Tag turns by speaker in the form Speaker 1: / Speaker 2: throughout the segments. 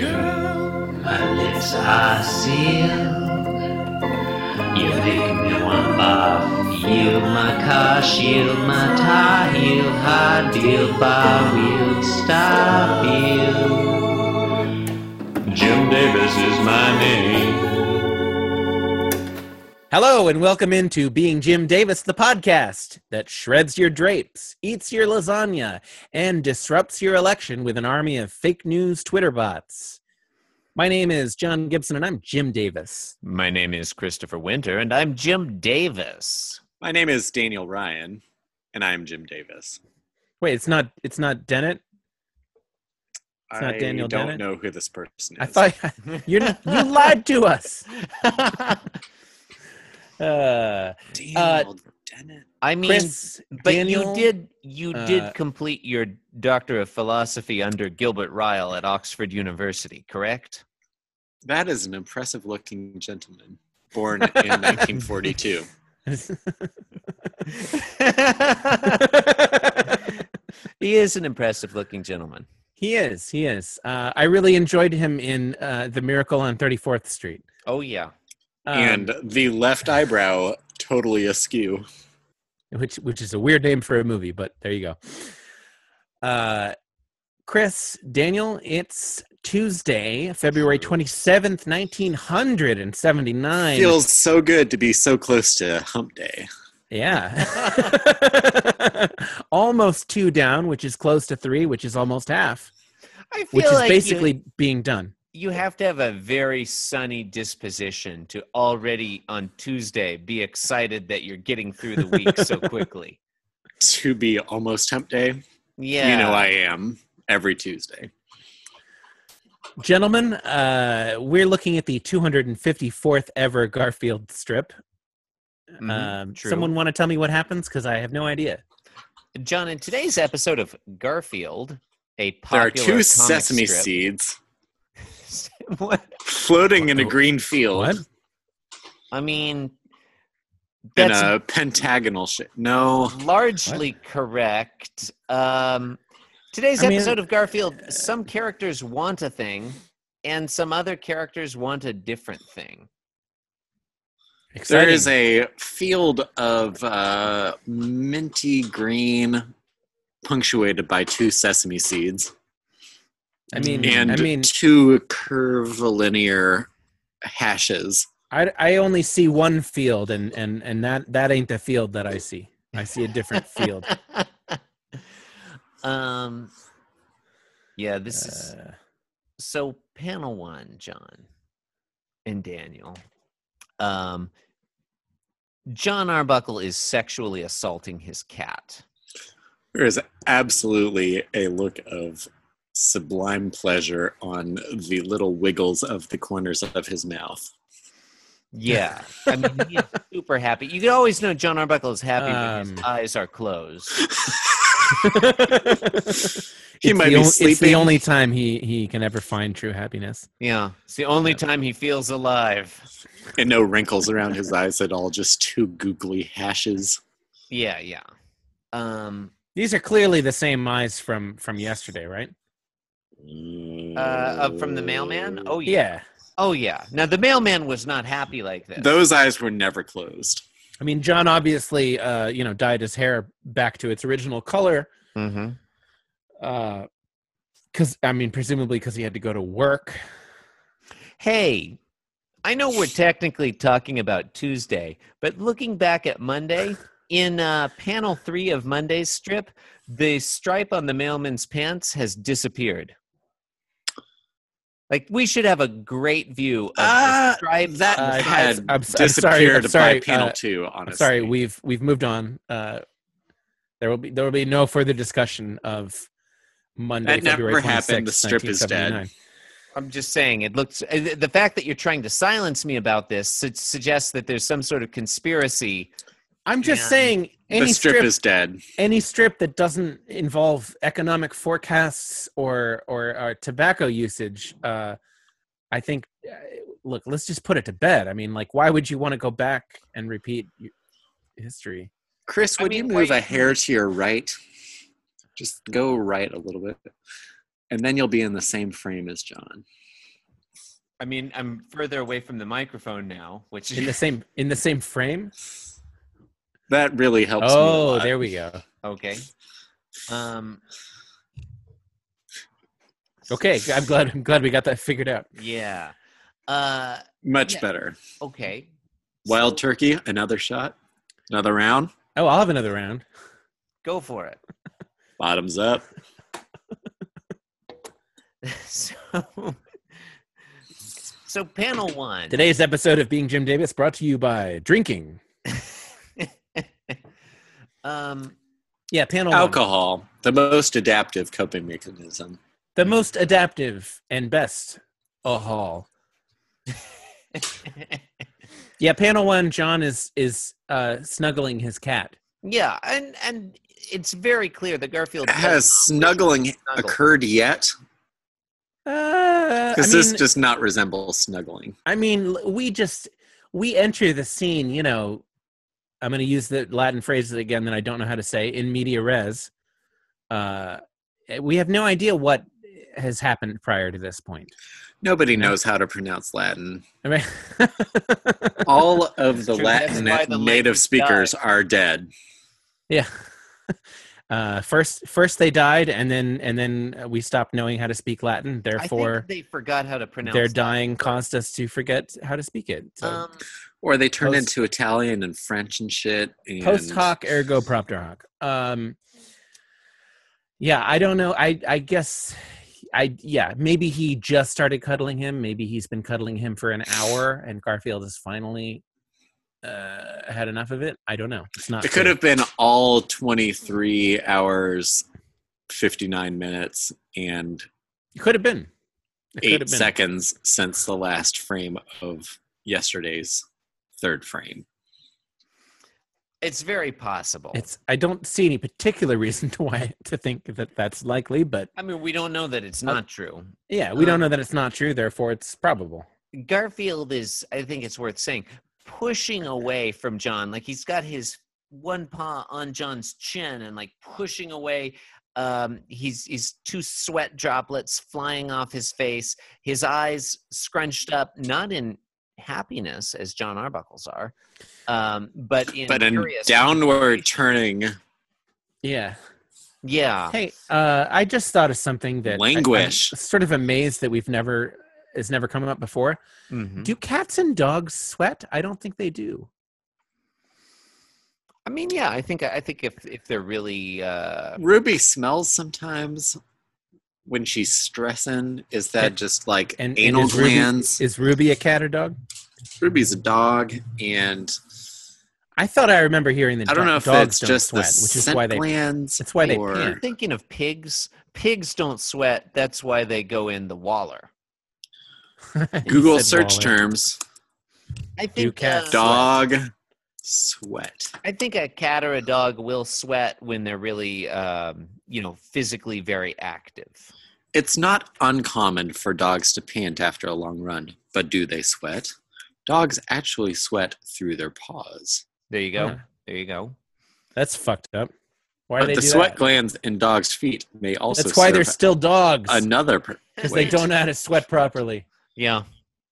Speaker 1: Girl, my lips are sealed. You make me want to Yield my car, shield my tie, heel, high deal, bar wheel, stop heel. Jim Davis is my name.
Speaker 2: Hello, and welcome into Being Jim Davis, the podcast that shreds your drapes, eats your lasagna, and disrupts your election with an army of fake news Twitter bots. My name is John Gibson, and I'm Jim Davis.
Speaker 3: My name is Christopher Winter, and I'm Jim Davis.
Speaker 4: My name is Daniel Ryan, and I am Jim Davis.
Speaker 2: Wait, it's not it's not Dennett. It's not
Speaker 4: I
Speaker 2: Daniel
Speaker 4: don't
Speaker 2: Dennett?
Speaker 4: know who this person is.
Speaker 2: I thought you're not, you lied to us. Uh,
Speaker 4: Daniel Dennett.
Speaker 3: I mean,
Speaker 2: Chris,
Speaker 3: but
Speaker 2: Daniel,
Speaker 3: you did you
Speaker 2: uh,
Speaker 3: did complete your Doctor of Philosophy under Gilbert Ryle at Oxford University, correct?
Speaker 4: That is an impressive looking gentleman born in 1942.
Speaker 3: he is an impressive-looking gentleman.
Speaker 2: he is. He is. Uh, I really enjoyed him in uh, The Miracle on 34th Street.
Speaker 3: Oh yeah,
Speaker 2: Um,
Speaker 4: and the left eyebrow totally askew.
Speaker 2: which which is a weird name for a movie, but there you go. Uh, Chris Daniel, it's Tuesday, February twenty seventh, nineteen hundred and seventy nine.
Speaker 4: Feels so good to be so close to hump day.
Speaker 2: yeah, almost two down, which is close to three, which is almost half,
Speaker 3: I feel
Speaker 2: which is
Speaker 3: like you-
Speaker 2: basically being done.
Speaker 3: you have to have a very sunny disposition to already on Tuesday be excited that you're getting through the week so quickly.
Speaker 4: To be almost hump day,
Speaker 3: Yeah,
Speaker 4: you know I am every Tuesday.
Speaker 2: Gentlemen, uh, we're looking at the two hundred and fifty fourth ever Garfield strip.
Speaker 3: Mhm,
Speaker 2: um,
Speaker 3: true.
Speaker 2: someone want to tell me what happens because I have no idea.
Speaker 3: John, in today's episode of Garfield, a
Speaker 4: There are
Speaker 3: popular
Speaker 4: two
Speaker 3: comic
Speaker 4: sesame
Speaker 3: strip-
Speaker 4: seeds
Speaker 3: What?
Speaker 4: floating in a
Speaker 2: What?
Speaker 4: green field
Speaker 2: What?
Speaker 3: I mean,
Speaker 4: in
Speaker 3: that's
Speaker 4: a pentagonal shape. No,
Speaker 3: largely correct. Um, today's
Speaker 2: I mean-
Speaker 3: episode of Garfield, some characters want a thing, and some other characters want a different thing.
Speaker 4: There
Speaker 2: Exciting.
Speaker 4: is a field of uh, minty green punctuated by two sesame seeds
Speaker 2: I mean,
Speaker 4: and
Speaker 2: Mm, I mean,
Speaker 4: two curvilinear hashes.
Speaker 2: I, I only see one field, and and and that that ain't the field that I see. I see a different field.
Speaker 3: um, yeah, this is
Speaker 2: Uh,
Speaker 3: so panel one, John and Daniel. Um, John Arbuckle is sexually assaulting his cat.
Speaker 4: There is absolutely a look of sublime pleasure on the little wiggles of the corners of his mouth.
Speaker 3: Yeah, I mean he's super happy. You can always know John Arbuckle is happy when
Speaker 2: Um,
Speaker 3: his eyes are closed.
Speaker 4: he
Speaker 2: it's
Speaker 4: might
Speaker 2: the
Speaker 4: be
Speaker 2: on-
Speaker 4: sleeping.
Speaker 2: It's the only time he he can ever find true happiness.
Speaker 3: Yeah, it's the only time he feels alive.
Speaker 4: and no wrinkles around his eyes at all, just two googly hashes.
Speaker 3: Yeah, yeah. Um,
Speaker 2: These are clearly the same eyes from from yesterday, right?
Speaker 3: uh, up from the
Speaker 4: Mm.
Speaker 3: mailman. Oh yeah.
Speaker 2: Yeah.
Speaker 3: Oh yeah. Now the mailman was not happy like this.
Speaker 4: Those eyes were never closed.
Speaker 2: I mean, John obviously, uh, you know, dyed his hair back to its original color.
Speaker 3: Mm-hmm.
Speaker 2: Uh, because I mean, presumably because he had to go to work.
Speaker 3: Hey, I know we're technically talking about Tuesday, but looking back at Monday, in uh, panel three of Monday's strip, the stripe on the mailman's pants has disappeared. Like we should have a great view of the
Speaker 4: Ah,
Speaker 3: stripe.
Speaker 4: that
Speaker 2: Uh, I-
Speaker 4: had
Speaker 2: I'm- I'm sorry, I'm
Speaker 4: disappeared
Speaker 2: sorry,
Speaker 4: by panel
Speaker 2: uh,
Speaker 4: two.
Speaker 2: I'm
Speaker 4: Honestly,
Speaker 2: sorry, we've we've moved on. Uh, there will be there will be no further discussion of Monday,
Speaker 4: That never
Speaker 2: February 26th,
Speaker 4: happened. The strip is dead.
Speaker 2: 1979.
Speaker 3: I'm just saying it looks. uh, The the fact that you're trying to silence me about this su- suggests that there's some sort of conspiracy.
Speaker 2: I'm just
Speaker 3: Yeah.
Speaker 2: saying any
Speaker 4: the strip,
Speaker 2: strip,
Speaker 4: is dead.
Speaker 2: any strip that doesn't involve economic forecasts or or, or tobacco usage, uh, I think. Uh, look, let's just put it to bed. I mean, like, why would you want to go back and repeat y- history?
Speaker 4: Chris,
Speaker 3: I
Speaker 4: would
Speaker 3: mean,
Speaker 4: you
Speaker 3: wait.
Speaker 4: move a hair to your right? Just go right a little bit. and then you'll be in the same frame as John.
Speaker 3: I mean, I'm further away from the microphone now, which
Speaker 2: in the
Speaker 3: is
Speaker 2: same in the same frame.
Speaker 4: That really helps. me a
Speaker 2: Oh,
Speaker 4: lot.
Speaker 2: there we go.
Speaker 3: okay. Um,
Speaker 2: Okay, I'm glad. I'm glad we got that figured out.
Speaker 3: yeah. Uh,
Speaker 4: Much
Speaker 3: Yeah.
Speaker 4: better.
Speaker 3: okay.
Speaker 4: Wild turkey, another shot, another round,
Speaker 2: Oh, I'll have another round.
Speaker 3: Go for it.
Speaker 4: bottoms up.
Speaker 3: so, so panel one.
Speaker 2: Today's episode of Being Jim Davis brought to you by drinking.
Speaker 3: um,
Speaker 2: Yeah, panel one.
Speaker 4: Alcohol, the most adaptive coping mechanism.
Speaker 2: the most adaptive and best ahol. Yeah, panel one. John is is uh, snuggling his cat.
Speaker 3: yeah, and and it's very clear that Garfield does not wish
Speaker 4: Has
Speaker 3: to
Speaker 4: snuggling
Speaker 3: snuggle.
Speaker 4: occurred yet?
Speaker 2: Uh, I
Speaker 4: Because this
Speaker 2: Uh, mean,
Speaker 4: does not resemble snuggling.
Speaker 2: I mean, l- we just we enter the scene. You know, I'm going to use the Latin phrase again that I don't know how to say in media res. Uh, we have no idea what has happened prior to this point.
Speaker 4: Nobody knows how to pronounce Latin.
Speaker 2: I mean,
Speaker 4: All of the
Speaker 3: True, that's
Speaker 4: Latin
Speaker 3: why the
Speaker 4: native
Speaker 3: language
Speaker 4: speakers
Speaker 3: died.
Speaker 4: are dead.
Speaker 2: yeah. Uh, first, first they died, and then and then uh, we stopped knowing how to speak Latin.
Speaker 3: I
Speaker 2: Therefore,
Speaker 3: think they forgot how to pronounce.
Speaker 2: their
Speaker 3: that.
Speaker 2: dying caused us to forget how to speak it. So.
Speaker 3: Um,
Speaker 4: Or they turn
Speaker 2: Post-
Speaker 4: into Italian and French and shit. And
Speaker 2: post hoc ergo propter hoc um yeah i don't know i i guess i yeah maybe he just started cuddling him maybe he's been cuddling him for an hour and garfield has finally uh had enough of it i don't know it's not
Speaker 4: It could
Speaker 2: clear.
Speaker 4: have been all 23 hours, 59 minutes, and
Speaker 2: it could have been it could
Speaker 4: eight
Speaker 2: have been
Speaker 4: seconds since the last frame of yesterday's third frame.
Speaker 3: it's very possible.
Speaker 2: it's i don't see any particular reason to why to think that that's likely but
Speaker 3: I mean, we don't know that it's not true.
Speaker 2: yeah we
Speaker 3: Um,
Speaker 2: don't know that it's not true therefore it's probable
Speaker 3: Garfield is, I think it's worth saying, pushing away from John. Like he's got his one paw on John's chin and like pushing away. Um, he's he's two sweat droplets flying off his face. His eyes scrunched up, not in happiness as John Arbuckle's are, um, but in
Speaker 4: But a
Speaker 3: curious.
Speaker 4: downward turning
Speaker 2: yeah
Speaker 3: yeah,
Speaker 2: Hey, uh, I just thought of something that I- I'm
Speaker 4: Ah. Languish.
Speaker 2: sort of amazed that we've never has never come up before.
Speaker 4: Hmm.
Speaker 3: Mhm.
Speaker 2: Do cats and dogs sweat? I don't think they do.
Speaker 3: I mean, yeah, I think I think if if they're really uh,
Speaker 4: Ruby smells sometimes when she's stressing. Is that
Speaker 2: And-
Speaker 4: just like
Speaker 2: And and
Speaker 4: anal
Speaker 2: is Ruby-
Speaker 4: glands?
Speaker 2: is Ruby a cat or dog?
Speaker 4: Ruby's a dog, and
Speaker 2: I thought I remember hearing that.
Speaker 4: I don't
Speaker 2: do-
Speaker 4: know if
Speaker 2: dogs
Speaker 4: that's
Speaker 2: don't
Speaker 4: just
Speaker 2: sweat,
Speaker 4: the
Speaker 2: which is
Speaker 4: scent
Speaker 2: why they.
Speaker 4: glands.
Speaker 2: that's why they
Speaker 4: or-
Speaker 3: I'm
Speaker 2: pant.
Speaker 3: thinking of pigs. Pigs don't sweat. That's why they go in the waller.
Speaker 4: Google
Speaker 2: Said
Speaker 4: search
Speaker 2: Waller.
Speaker 4: terms
Speaker 3: I
Speaker 2: Do
Speaker 3: think
Speaker 2: cats
Speaker 3: uh,
Speaker 4: dog sweat.
Speaker 3: I think a cat or a dog will sweat when they're really, um, you know, physically very active.
Speaker 4: It's not uncommon for dogs to pant after a long run, but do they sweat? Dogs actually sweat through their paws.
Speaker 3: There you go.
Speaker 2: Huh.
Speaker 3: There yougo go.
Speaker 2: That's fucked up. Why do
Speaker 4: But
Speaker 2: they
Speaker 4: the
Speaker 2: do
Speaker 4: sweat
Speaker 2: that?
Speaker 4: glands in dogs' feet may also
Speaker 2: That's why they're
Speaker 4: serve
Speaker 2: still dogs
Speaker 4: another pur-
Speaker 2: because they don't know how to sweat properly.
Speaker 3: Yeah,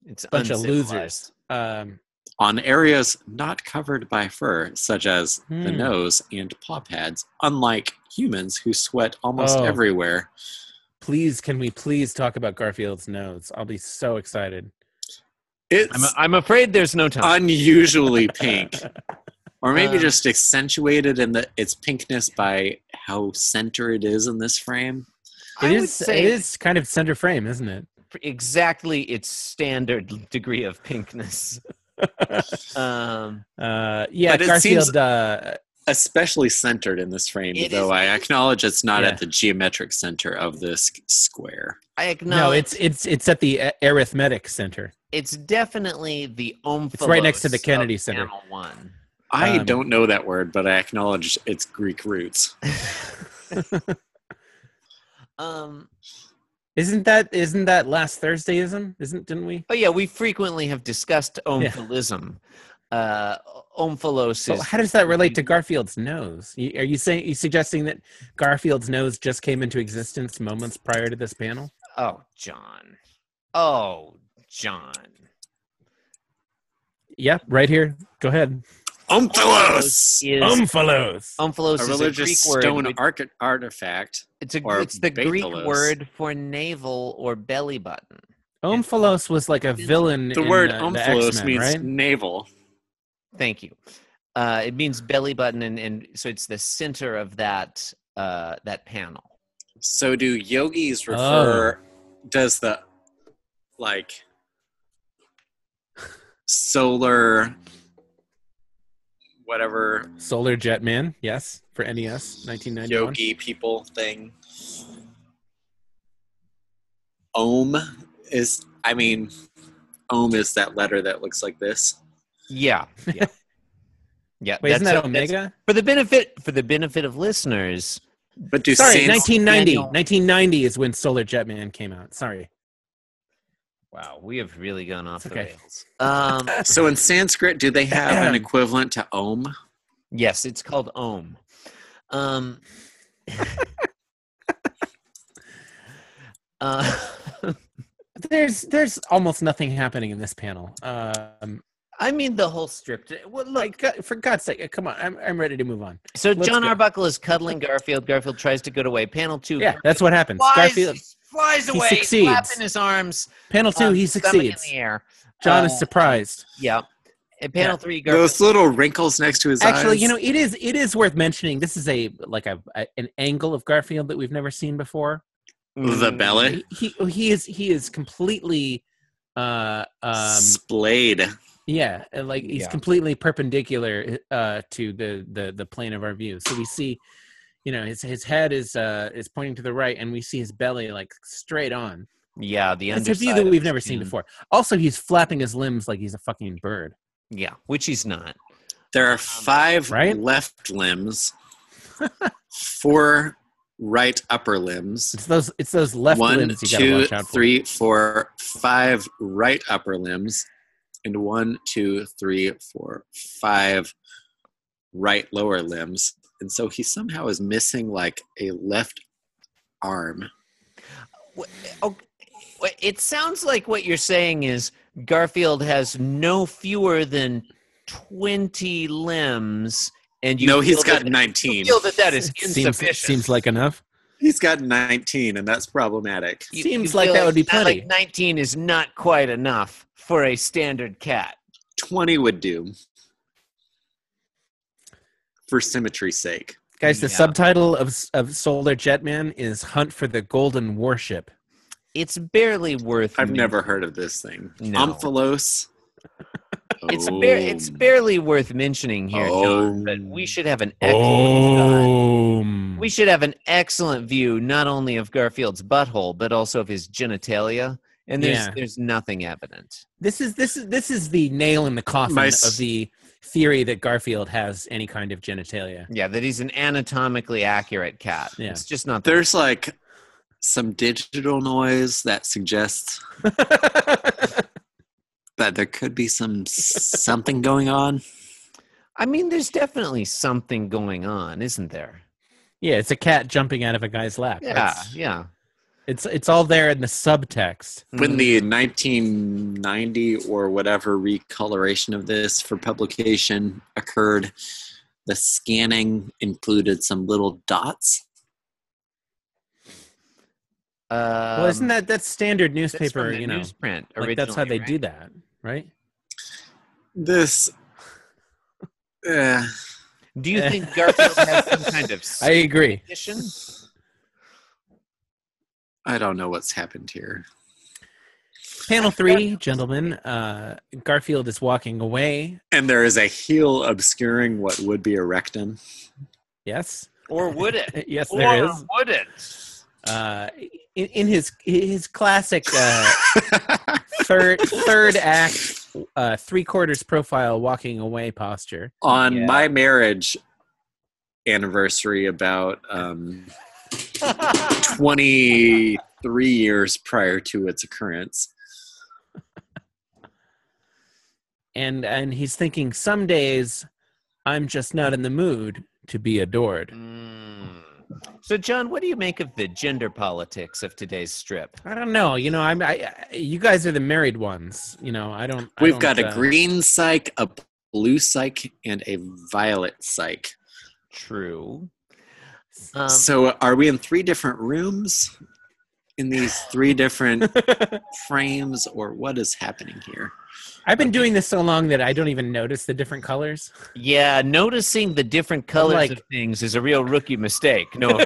Speaker 3: it's a
Speaker 2: Bunch of losers. Um,
Speaker 4: on areas not covered by fur, such as the
Speaker 2: Hmm.
Speaker 4: nose and paw pads, unlike humans who sweat almost
Speaker 2: Oh.
Speaker 4: everywhere.
Speaker 2: please, can we please talk about Garfield's nose? I'll be so excited.
Speaker 4: It's
Speaker 3: I'm, I'm afraid there's no time.
Speaker 4: unusually pink. Or maybe
Speaker 3: Um,
Speaker 4: just accentuated in the its pinkness by how center it is in this frame.
Speaker 2: It
Speaker 3: I would
Speaker 2: is.
Speaker 3: say
Speaker 2: It is kind of center frame, isn't it?
Speaker 3: exactly its standard degree of pinkness. um,
Speaker 2: Uh, yeah,
Speaker 4: But it
Speaker 2: Garfield.
Speaker 4: seems-
Speaker 2: uh,
Speaker 4: especially centered in this frame,
Speaker 3: It
Speaker 4: though
Speaker 3: is-
Speaker 4: I acknowledge it's not
Speaker 2: Yeah.
Speaker 4: at the geometric center of this square.
Speaker 3: I
Speaker 2: no,
Speaker 3: acknowledge
Speaker 2: it's it's it's at the a- arithmetic center.
Speaker 3: it's definitely the omphalos.
Speaker 2: right next to the
Speaker 3: of
Speaker 2: Kennedy Center.
Speaker 3: Panel one.
Speaker 4: I
Speaker 2: Um,
Speaker 4: don't know that word, but I acknowledge its Greek roots.
Speaker 3: Um,
Speaker 2: Isn't that isn't that last Thursdayism? Isn't didn't we?
Speaker 3: oh yeah, we frequently have discussed omphalos. uh, omphalosis.
Speaker 2: So how does that relate to Garfield's nose? You- Are you saying you suggesting that Garfield's nose just came into existence moments prior to this panel?
Speaker 3: Oh, John. Oh, John.
Speaker 2: Yep, right here. Go ahead.
Speaker 4: Omphalos!
Speaker 3: Is,
Speaker 2: Omphalos.
Speaker 3: omphalos
Speaker 4: a
Speaker 3: is a Greek
Speaker 4: religious
Speaker 3: word.
Speaker 4: stone
Speaker 3: which-
Speaker 4: arch- artifact.
Speaker 3: it's a,
Speaker 4: or
Speaker 3: it's the Greek
Speaker 4: baithalos.
Speaker 3: word for navel or belly button.
Speaker 2: Omphalos was like a villain.
Speaker 4: The
Speaker 2: in,
Speaker 4: word
Speaker 2: uh, the
Speaker 4: omphalos
Speaker 2: X-Men,
Speaker 4: means
Speaker 2: right?
Speaker 4: navel.
Speaker 3: Thank you. Uh, it means belly button, and, and so it's the center of that uh, that panel.
Speaker 4: So do yogis
Speaker 2: Oh.
Speaker 4: refer? Does the like solar whatever
Speaker 2: Solar Jetman. Yes, for E NES, 1991.
Speaker 4: yogi people thing? Om is. I mean, Om is that letter that looks like this.
Speaker 3: Yeah. Yeah. yeah
Speaker 2: Wait, isn't
Speaker 3: that's-
Speaker 2: that
Speaker 3: that's-
Speaker 2: Omega?
Speaker 3: For the benefit for the benefit of listeners,
Speaker 4: But do
Speaker 2: Sorry,
Speaker 4: sans-
Speaker 2: 1990.
Speaker 3: Daniel-
Speaker 2: 1990 is when Solar Jetman came out. Sorry.
Speaker 3: wow, we have really gone off
Speaker 2: It's
Speaker 3: the
Speaker 2: okay.
Speaker 3: rails. Um,
Speaker 4: so in Sanskrit, do they have an equivalent to Om?
Speaker 3: yes, it's called Om. Um, uh,
Speaker 2: There's there's almost nothing happening in this panel. Um,
Speaker 3: I mean the whole strip. Well, look,
Speaker 2: like God- for God's sake, uh, come on. I'm I'm ready to move on.
Speaker 3: so
Speaker 2: let's
Speaker 3: John
Speaker 2: go.
Speaker 3: Arbuckle is cuddling Garfield. Garfield tries to go away. Panel two.
Speaker 2: Yeah, that's what happens.
Speaker 3: Flies,
Speaker 2: Garfield
Speaker 3: flies
Speaker 2: He
Speaker 3: away,
Speaker 2: succeeds.
Speaker 3: flapping his arms.
Speaker 2: panel two,
Speaker 3: um,
Speaker 2: he
Speaker 3: stomach in
Speaker 2: succeeds.
Speaker 3: the air.
Speaker 2: John
Speaker 3: Uh,
Speaker 2: is surprised.
Speaker 3: Yeah. And panel three, Garfield.
Speaker 4: Those little wrinkles next to his
Speaker 2: Actually,
Speaker 4: eyes.
Speaker 2: you know, it is it is worth mentioning. This is a like a, a an angle of Garfield that we've never seen before.
Speaker 4: the belly
Speaker 2: He he, he is he is completely uh um
Speaker 4: splayed.
Speaker 2: yeah and, like he's
Speaker 3: Yeah.
Speaker 2: completely perpendicular uh to the the the plane of our view so we see you know his his head is uh is pointing to the right and we see his belly like straight on
Speaker 3: Yeah, the
Speaker 2: it's a view
Speaker 3: underside
Speaker 2: that
Speaker 3: of
Speaker 2: we've
Speaker 3: his
Speaker 2: never seen
Speaker 3: chin.
Speaker 2: before also he's flapping his limbs like he's a fucking bird
Speaker 3: Yeah, which he's not.
Speaker 4: There
Speaker 3: Um,
Speaker 4: are five
Speaker 2: Right?
Speaker 4: left limbs, four right upper limbs,
Speaker 2: it's those it's those left
Speaker 4: one,
Speaker 2: limbs you gotta
Speaker 4: two,
Speaker 2: watch out for
Speaker 4: three, four, five right upper limbs, and one, two, three, four, five right lower limbs. And so he somehow is missing like a left arm.
Speaker 3: Oh, wait, it sounds like what you're saying is Garfield has no fewer than 20 limbs, and you
Speaker 4: no, he's
Speaker 3: feel
Speaker 4: got
Speaker 3: that, you
Speaker 4: 19.
Speaker 3: feel that that is
Speaker 2: seems
Speaker 3: insufficient.
Speaker 2: seems like enough
Speaker 4: He's got 19, and that's problematic.
Speaker 3: You-
Speaker 2: seems
Speaker 3: you
Speaker 2: like
Speaker 3: feel
Speaker 2: that would be
Speaker 3: not
Speaker 2: plenty.
Speaker 3: Like 19 is not quite enough for a standard cat.
Speaker 4: 20 would do for symmetry's sake.
Speaker 2: guys the
Speaker 3: Yeah.
Speaker 2: subtitle of of solar jetman is hunt for the golden warship
Speaker 3: It's barely worth.
Speaker 4: I've
Speaker 3: men-
Speaker 4: never heard of this thing.
Speaker 3: Mm-hmm.
Speaker 4: Oh.
Speaker 3: No.
Speaker 4: Omphalos.
Speaker 3: It's bar- it's barely worth mentioning here, John. But
Speaker 4: Om.
Speaker 3: we should have an excellent shot.
Speaker 2: oh
Speaker 3: We should have an excellent view not only of Garfield's butthole but also of his genitalia, and there's
Speaker 2: Yeah.
Speaker 3: there's nothing evident.
Speaker 2: This is this is this is the nail in the coffin
Speaker 4: My s-
Speaker 2: of the theory that Garfield has any kind of genitalia.
Speaker 3: Yeah, that he's an anatomically accurate cat.
Speaker 2: Yeah.
Speaker 3: It's just not.
Speaker 4: There's like some digital noise that suggests that there could be some something going on.
Speaker 3: I mean, there's definitely something going on, isn't there?
Speaker 2: yeah, it's a cat jumping out of a guy's lap.
Speaker 3: Yeah,
Speaker 2: That's-
Speaker 3: yeah.
Speaker 2: It's it's all there in the subtext.
Speaker 4: When the
Speaker 3: Mm-hmm.
Speaker 4: 1990 or whatever recoloration of this for publication occurred, the scanning included some little dots.
Speaker 3: um,
Speaker 2: well, isn't that that's standard
Speaker 3: Hmm. that's from
Speaker 2: newspaper,
Speaker 3: the
Speaker 2: you know.
Speaker 3: newsprint?
Speaker 2: Like that's how
Speaker 3: originally,
Speaker 2: they
Speaker 3: right?
Speaker 2: do that, right?
Speaker 4: This. Uh,
Speaker 3: Do you think Garfield has some kind of
Speaker 2: I agree.
Speaker 3: superstition?
Speaker 4: I don't know what's happened here.
Speaker 2: Panel 3, gentlemen, uh Garfield is walking away.
Speaker 4: And there is a heel obscuring what would be a rectum.
Speaker 2: Yes.
Speaker 3: or would it?
Speaker 2: Yes, there
Speaker 3: Or
Speaker 2: is.
Speaker 3: would it?
Speaker 2: Uh in, in his his classic uh third third act uh three quarters profile walking away posture
Speaker 4: On
Speaker 3: Yeah.
Speaker 4: my marriage anniversary, about um, 23 years prior to its occurrence,
Speaker 2: and and he's thinking some days i'm just not in the mood to be adored
Speaker 3: Mm. So, John, what do you make of the gender politics of today's strip?
Speaker 2: i don't know you know i'm i I- you guys are the married ones you know i don't I
Speaker 4: We've got
Speaker 2: don't,
Speaker 4: a
Speaker 2: uh,
Speaker 4: green psych, a blue psych, and a violet psych.
Speaker 3: True. Um,
Speaker 4: so are we in three different rooms in these three different frames or what is happening here?
Speaker 2: i've been doing this so long that i don't even notice the different colors
Speaker 3: yeah, noticing the different colors
Speaker 2: like-
Speaker 3: of things is a real rookie mistake. No,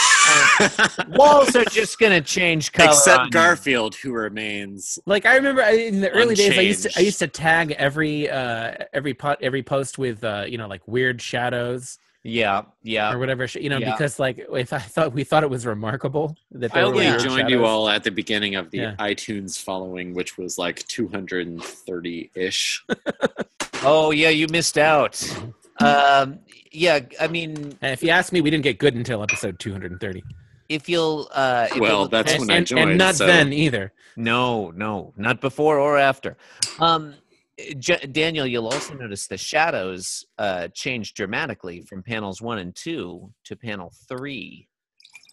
Speaker 3: walls are just going to change color. Oh, on you.
Speaker 4: Except Garfield, who remains.
Speaker 2: like i remember I- in the early days i used to i
Speaker 4: Unchanged.
Speaker 2: used to tag every uh every pot every post with uh you know like weird shadows
Speaker 3: Yeah, yeah.
Speaker 4: Uh,
Speaker 2: or whatever sh- you know
Speaker 3: Yeah.
Speaker 2: because like if i thought we thought it was remarkable that
Speaker 4: I
Speaker 2: there were
Speaker 4: only
Speaker 2: weird
Speaker 4: joined you
Speaker 2: shadows.
Speaker 4: all at the beginning of the
Speaker 2: Yeah.
Speaker 4: iTunes following, which was like 230 ish.
Speaker 3: Oh, yeah, you missed out. Um, yeah, I mean,
Speaker 2: And if you ask me, we didn't get good until episode 230.
Speaker 3: if you'll. Uh, if
Speaker 4: Well,
Speaker 3: you'll-
Speaker 4: that's when
Speaker 2: And,
Speaker 4: I
Speaker 2: and,
Speaker 4: joined,
Speaker 2: and not
Speaker 4: so-
Speaker 2: then either.
Speaker 3: No, no, not before or after. Um, J- Daniel, you'll also notice the shadows uh, change dramatically from panels one and two to panel three.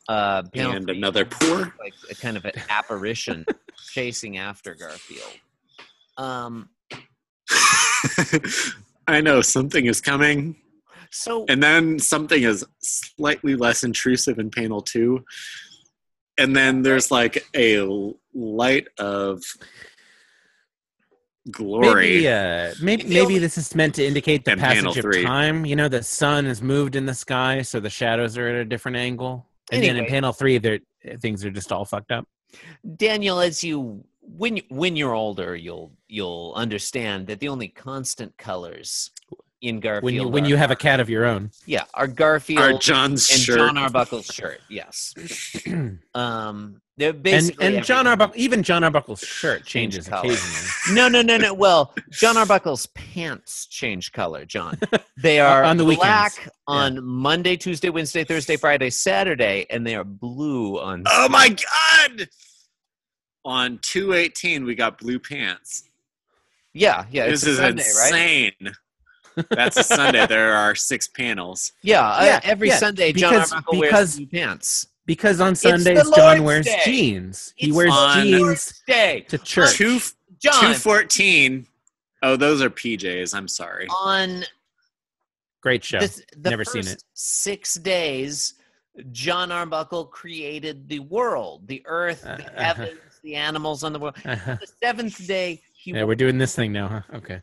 Speaker 3: Uh, panel
Speaker 4: and
Speaker 3: three
Speaker 4: another poor.
Speaker 3: is like a kind of an apparition chasing after Garfield. Um,
Speaker 4: I know something is coming.
Speaker 3: so
Speaker 4: And then something is slightly less intrusive in panel two. And then there's like a l- light of glory.
Speaker 2: Maybe, uh, maybe,
Speaker 3: The
Speaker 2: maybe
Speaker 3: only-
Speaker 2: this is meant to indicate the
Speaker 4: And panel
Speaker 2: passage of
Speaker 4: three.
Speaker 2: time. You know, the sun has moved in the sky, so the shadows are at a different angle. And then
Speaker 3: Anyway.
Speaker 2: in panel three, they're- things are just all fucked up.
Speaker 3: Daniel, as you when you- when you're older, you'll you'll understand that the only constant colors in Garfield
Speaker 2: When you, when
Speaker 3: are-
Speaker 2: you have a cat of your own.
Speaker 3: yeah are Garfield
Speaker 4: Our John's
Speaker 3: and
Speaker 4: shirt.
Speaker 3: John Arbuckle's shirt. Yes.
Speaker 2: and
Speaker 3: Um, they're
Speaker 2: and
Speaker 3: basically
Speaker 2: John
Speaker 3: everything.
Speaker 2: Arbuckle, even John Arbuckle's shirt changes
Speaker 3: color.
Speaker 2: occasionally.
Speaker 3: No, no, no, no. Well, John Arbuckle's pants change color, John. They are
Speaker 2: On the weekends.
Speaker 3: black on Monday, Tuesday, Wednesday, Thursday, Friday, Saturday, and they are blue on.
Speaker 4: oh my God! On 218, we got blue pants.
Speaker 3: Yeah, yeah.
Speaker 4: This
Speaker 3: It's a
Speaker 4: is
Speaker 3: Sunday, right?
Speaker 4: insane. That's a Sunday. There are six panels.
Speaker 3: Yeah, uh,
Speaker 2: Yeah,
Speaker 3: every
Speaker 2: yeah,
Speaker 3: Sunday, John
Speaker 2: because-
Speaker 3: Arbuckle
Speaker 2: because-
Speaker 3: wears blue pants.
Speaker 2: Because on
Speaker 3: the
Speaker 2: Sundays,
Speaker 3: Lord's
Speaker 2: John wears
Speaker 3: Day.
Speaker 2: jeans. He
Speaker 3: It's
Speaker 2: wears
Speaker 4: on-
Speaker 2: jeans
Speaker 3: Day,
Speaker 2: to church.
Speaker 4: Two,
Speaker 3: John,
Speaker 4: 214. Oh, those are PJs. I'm sorry.
Speaker 3: on
Speaker 2: Great show.
Speaker 3: this, the
Speaker 2: Never
Speaker 3: first
Speaker 2: seen it.
Speaker 3: six days, John Arbuckle created the world, the earth, the
Speaker 2: Uh, uh-huh.
Speaker 3: heavens, the animals on the world.
Speaker 2: Uh-huh.
Speaker 3: The seventh day, he
Speaker 2: Yeah, we're doing this thing now, huh? Okay.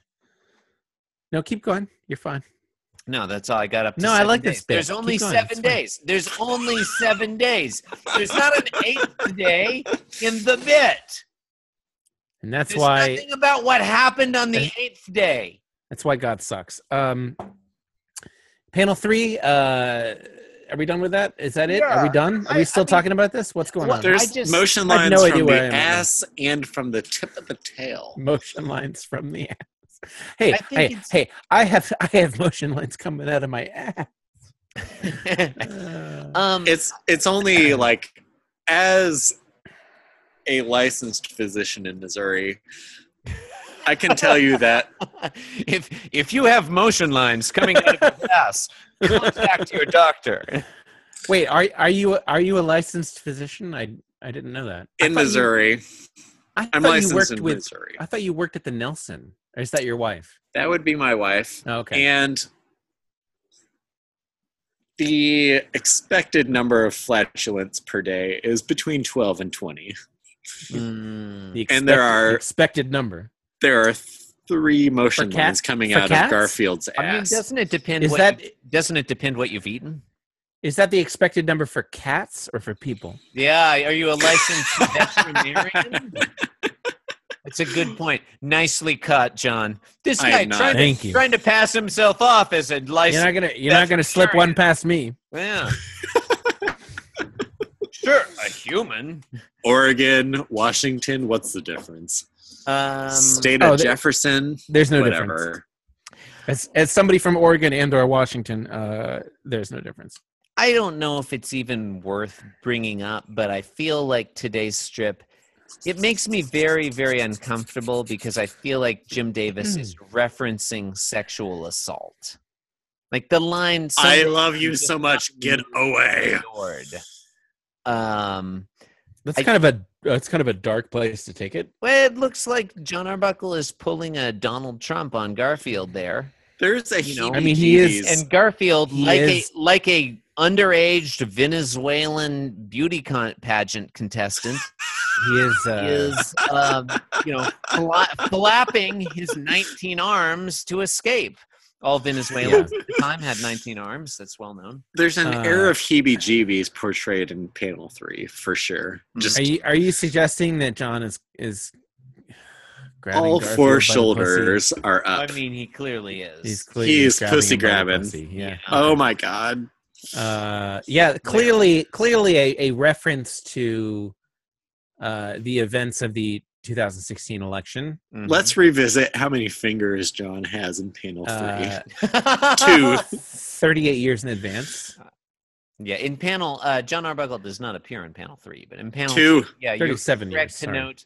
Speaker 2: No, keep going. You're fine.
Speaker 3: No, that's all I got up to.
Speaker 2: No, I
Speaker 3: seven
Speaker 2: like
Speaker 3: days.
Speaker 2: this bit.
Speaker 3: There's
Speaker 2: Keep
Speaker 3: only
Speaker 2: going, it's
Speaker 3: seven
Speaker 2: fine.
Speaker 3: days. There's only seven days. There's not an eighth day in the bit.
Speaker 2: And that's
Speaker 3: There's
Speaker 2: why
Speaker 3: nothing about what happened on the eighth day.
Speaker 2: that's why God sucks. Um panel 3 uh are we done with that? Is that it? Are we
Speaker 3: Yeah.
Speaker 2: done? Are
Speaker 3: I- I
Speaker 2: we still
Speaker 3: mean-
Speaker 2: talking about this? What's going
Speaker 3: What-
Speaker 2: on?
Speaker 3: there-
Speaker 4: There's
Speaker 3: I just-
Speaker 4: motion
Speaker 2: I have
Speaker 4: lines
Speaker 2: no idea
Speaker 4: from
Speaker 2: where I
Speaker 4: the
Speaker 2: am right now.
Speaker 4: ass and from the tip of the
Speaker 2: Mm.
Speaker 4: tail.
Speaker 2: Motion lines from the ass. Hey,
Speaker 3: I think
Speaker 2: hey,
Speaker 3: it's-
Speaker 2: hey, I have I have motion lines coming out of my ass. Uh,
Speaker 3: um,
Speaker 4: It's it's only like as a licensed physician in Missouri, I can tell you that
Speaker 3: if if you have motion lines coming out of your ass, contact your doctor.
Speaker 2: wait, are are you are you a licensed physician? I I didn't know that. I
Speaker 4: in
Speaker 2: thought you-
Speaker 4: Missouri,
Speaker 2: I
Speaker 4: I'm
Speaker 2: thought you
Speaker 4: licensed
Speaker 2: worked
Speaker 4: in
Speaker 2: with
Speaker 4: Missouri.
Speaker 2: I thought you worked at the Nelson. Or is that your wife?
Speaker 4: That would be my wife.
Speaker 2: Oh, okay.
Speaker 4: And the expected number of flatulence per day is between 12 and 20.
Speaker 3: Hmm. Mm.
Speaker 2: The expected-
Speaker 4: and there
Speaker 2: the
Speaker 4: are-
Speaker 2: expected number.
Speaker 4: There are three motion
Speaker 2: For cats?
Speaker 4: lines coming
Speaker 2: For
Speaker 4: out
Speaker 2: cats?
Speaker 4: of Garfield's
Speaker 3: I mean,
Speaker 4: ass.
Speaker 3: doesn't it depend?
Speaker 2: Is
Speaker 3: what
Speaker 2: that-
Speaker 3: you- doesn't it depend what you've eaten?
Speaker 2: Is that the expected number for cats or for people?
Speaker 3: Yeah, are you a licensed veterinarian? That's a good point. Nicely cut, John. This
Speaker 4: I
Speaker 3: guy
Speaker 4: am not.
Speaker 3: trying
Speaker 2: Thank
Speaker 3: to,
Speaker 2: you.
Speaker 3: trying to pass himself off as a
Speaker 2: You're
Speaker 3: licensed.
Speaker 2: not gonna you're not gonna slip one past me.
Speaker 3: Yeah. sure, a human.
Speaker 4: Oregon, Washington, what's the difference?
Speaker 3: Um,
Speaker 4: State
Speaker 2: Oh,
Speaker 4: of
Speaker 2: they-
Speaker 4: Jefferson,
Speaker 2: There's no difference.
Speaker 4: whatever.
Speaker 2: As as somebody from Oregon and or Washington, uh, there's no difference.
Speaker 3: I don't know if it's even worth bringing up, but I feel like today's strip It makes me very, very uncomfortable because I feel like Jim Davis is
Speaker 2: Hmm.
Speaker 3: referencing sexual assault. Like the line,
Speaker 4: I
Speaker 3: "Someday
Speaker 4: love you so much. Get away.
Speaker 3: Lord. Um,
Speaker 2: That's
Speaker 3: I-
Speaker 2: kind of a that's kind of a dark place to take it.
Speaker 3: well, it looks like John Arbuckle is pulling a Donald Trump on Garfield there,
Speaker 4: There's a
Speaker 3: You know,
Speaker 2: I mean, he is-
Speaker 4: heebie-jeebies.
Speaker 3: and Garfield,
Speaker 2: He
Speaker 3: like
Speaker 2: is-
Speaker 3: a like a underage Venezuelan beauty con- pageant contestant,
Speaker 2: He is. Uh,
Speaker 3: is um, you know fla- flapping his 19 arms to escape. All Venezuelans at the time had 19 arms. That's well known.
Speaker 4: There's an
Speaker 2: uh,
Speaker 4: air of heebie-jeebies portrayed in panel three for sure.
Speaker 3: Hmm.
Speaker 4: Just
Speaker 2: Are you are you suggesting that John is is grabbing Garfield
Speaker 4: all
Speaker 2: by
Speaker 4: four
Speaker 2: the
Speaker 4: shoulders are
Speaker 2: Uh,
Speaker 4: up.
Speaker 3: I mean, he clearly is.
Speaker 2: pussy? He's clearly
Speaker 4: He is
Speaker 2: grabbing
Speaker 4: pussy
Speaker 2: him by the
Speaker 4: grabbing.
Speaker 2: pussy, Yeah.
Speaker 4: oh
Speaker 3: um,
Speaker 4: my god.
Speaker 2: Uh, yeah. Clearly, clearly a, a reference to uh, the events of the 2016 election.
Speaker 3: Mhm.
Speaker 4: Let's revisit how many fingers John has in panel three.
Speaker 2: Uh,
Speaker 4: Two.
Speaker 2: 38 Uh, years in advance.
Speaker 3: Yeah, in panel, uh, John Arbuckle does not appear in panel three, but in panel
Speaker 4: Two.
Speaker 3: yeah, you're
Speaker 2: 37
Speaker 3: correct
Speaker 2: years.
Speaker 3: to
Speaker 2: sorry.
Speaker 3: note.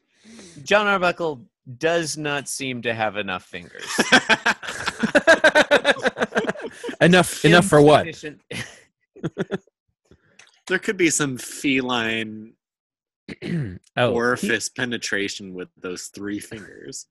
Speaker 3: John Arbuckle does not seem to have enough fingers.
Speaker 2: enough. Enough for what?
Speaker 3: Insufficient-
Speaker 4: there could be some feline
Speaker 2: oh,
Speaker 4: orifice penetration with those three fingers.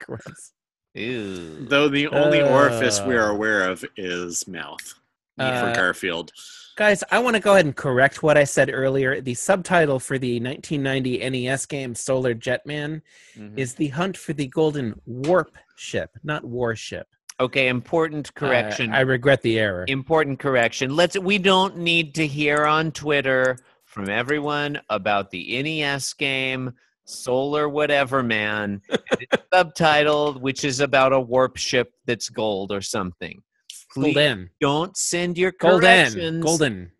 Speaker 2: gross.
Speaker 3: Ew.
Speaker 4: Though the only
Speaker 2: Uh.
Speaker 4: orifice we are aware of is mouth
Speaker 2: Uh,
Speaker 4: for Garfield.
Speaker 2: Guys, I want to go ahead and correct what I said earlier. The subtitle for the 1990 NES E game Solar Jetman
Speaker 3: Mhm.
Speaker 2: is The Hunt for the Golden Warp Ship, not Warship.
Speaker 3: okay, important correction.
Speaker 2: Uh, I regret the error.
Speaker 3: important correction. Let's. We don't need to hear on Twitter from everyone about the NES game Solar Whatever Man and its subtitled, which is about a warp ship that's gold or something. Please
Speaker 2: Golden.
Speaker 3: don't send your
Speaker 2: Golden.
Speaker 3: corrections.
Speaker 2: Golden.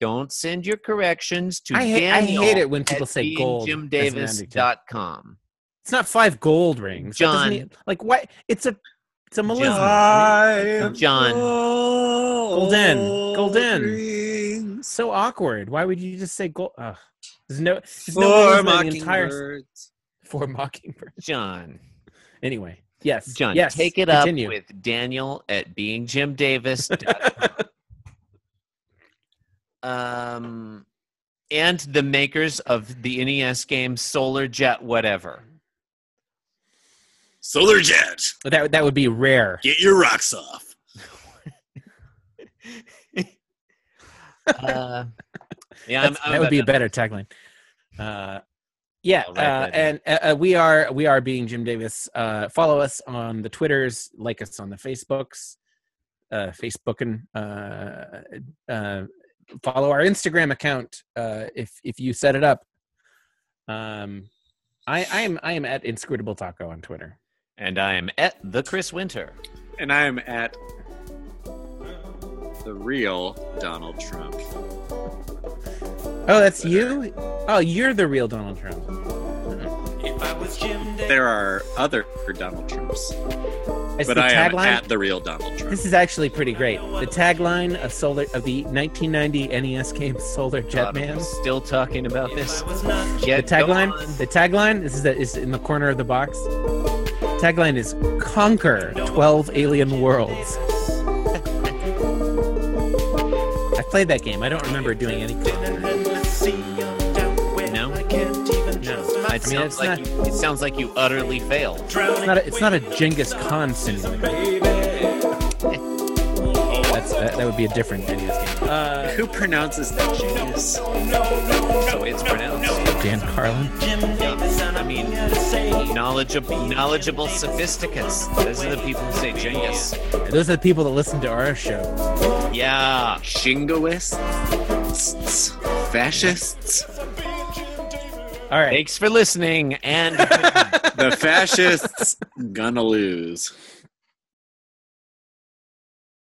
Speaker 3: Don't send your corrections to
Speaker 2: I, ha- I
Speaker 3: Daniel
Speaker 2: hate it when people
Speaker 3: at
Speaker 2: say gold. as an adjective.
Speaker 3: beingjimdavis.com.
Speaker 2: It's not five gold rings. That doesn't
Speaker 3: John.
Speaker 2: mean- like, why? It's a, it's a melism.
Speaker 1: Oh.
Speaker 3: John,
Speaker 2: Golden. Golden. so awkward. Why would you just say gold? Ugh. There's no, there's no reason in the entire for mockingbird.
Speaker 3: John,
Speaker 2: Anyway, yes,
Speaker 3: John,
Speaker 2: yes.
Speaker 3: take it
Speaker 2: continue.
Speaker 3: up with Daniel at beingjimdavis.com. um, and the makers of the NES game Solar Jet Whatever.
Speaker 4: Solar Jet,
Speaker 2: But that that would be rare.
Speaker 4: get your rocks off.
Speaker 3: Uh, yeah, I'm,
Speaker 2: That's-
Speaker 3: I'm
Speaker 2: that would
Speaker 3: about
Speaker 2: be a
Speaker 3: done.
Speaker 2: better tagline. Uh, yeah,
Speaker 3: I'll write
Speaker 2: uh,
Speaker 3: that
Speaker 2: and uh, uh, we are we are being Jim Davis. Uh, follow us on the Twitters, like us on the Facebooks, uh, Facebooking. Uh, uh, follow our Instagram account uh, if if you set it up. Um, I I am I am at inscrutable taco on Twitter.
Speaker 3: And I'm at the Chris Winter.
Speaker 4: And I'm at the real Donald Trump.
Speaker 2: Oh, that's you. Oh, you're the real Donald Trump.
Speaker 4: There are other Donald Trumps,
Speaker 2: It's
Speaker 4: but
Speaker 2: the
Speaker 4: I am
Speaker 2: tagline.
Speaker 4: at the real Donald Trump.
Speaker 2: This is actually pretty great. The tagline of Solar of the 1990 NES E game Solar
Speaker 3: God, we're
Speaker 2: Jetman.
Speaker 3: Still talking about this.
Speaker 2: The
Speaker 3: Get
Speaker 2: tagline.
Speaker 3: going.
Speaker 2: The tagline. This is that is in the corner of the box. Tagline is conquer 12 alien worlds. I played that game. I don't remember doing any. conquer.
Speaker 3: No?
Speaker 5: No.
Speaker 3: It sounds
Speaker 2: it's
Speaker 3: like
Speaker 2: not-
Speaker 3: you, it sounds like you utterly failed.
Speaker 2: It's not a, it's not a Genghis Khan simulator. That's that, that would be a different NES game. Uh,
Speaker 4: Who pronounces that? Yes.
Speaker 3: So it's pronounced.
Speaker 2: Dan Carlin.
Speaker 3: I mean, knowledgeable, knowledgeable sophisticus. Those are the people who say Genghis.
Speaker 2: Those are the people that listen to our show.
Speaker 3: Yeah.
Speaker 4: Shingoists? Fascists?
Speaker 2: All right.
Speaker 3: Thanks for listening. And
Speaker 4: The fascists gonna lose.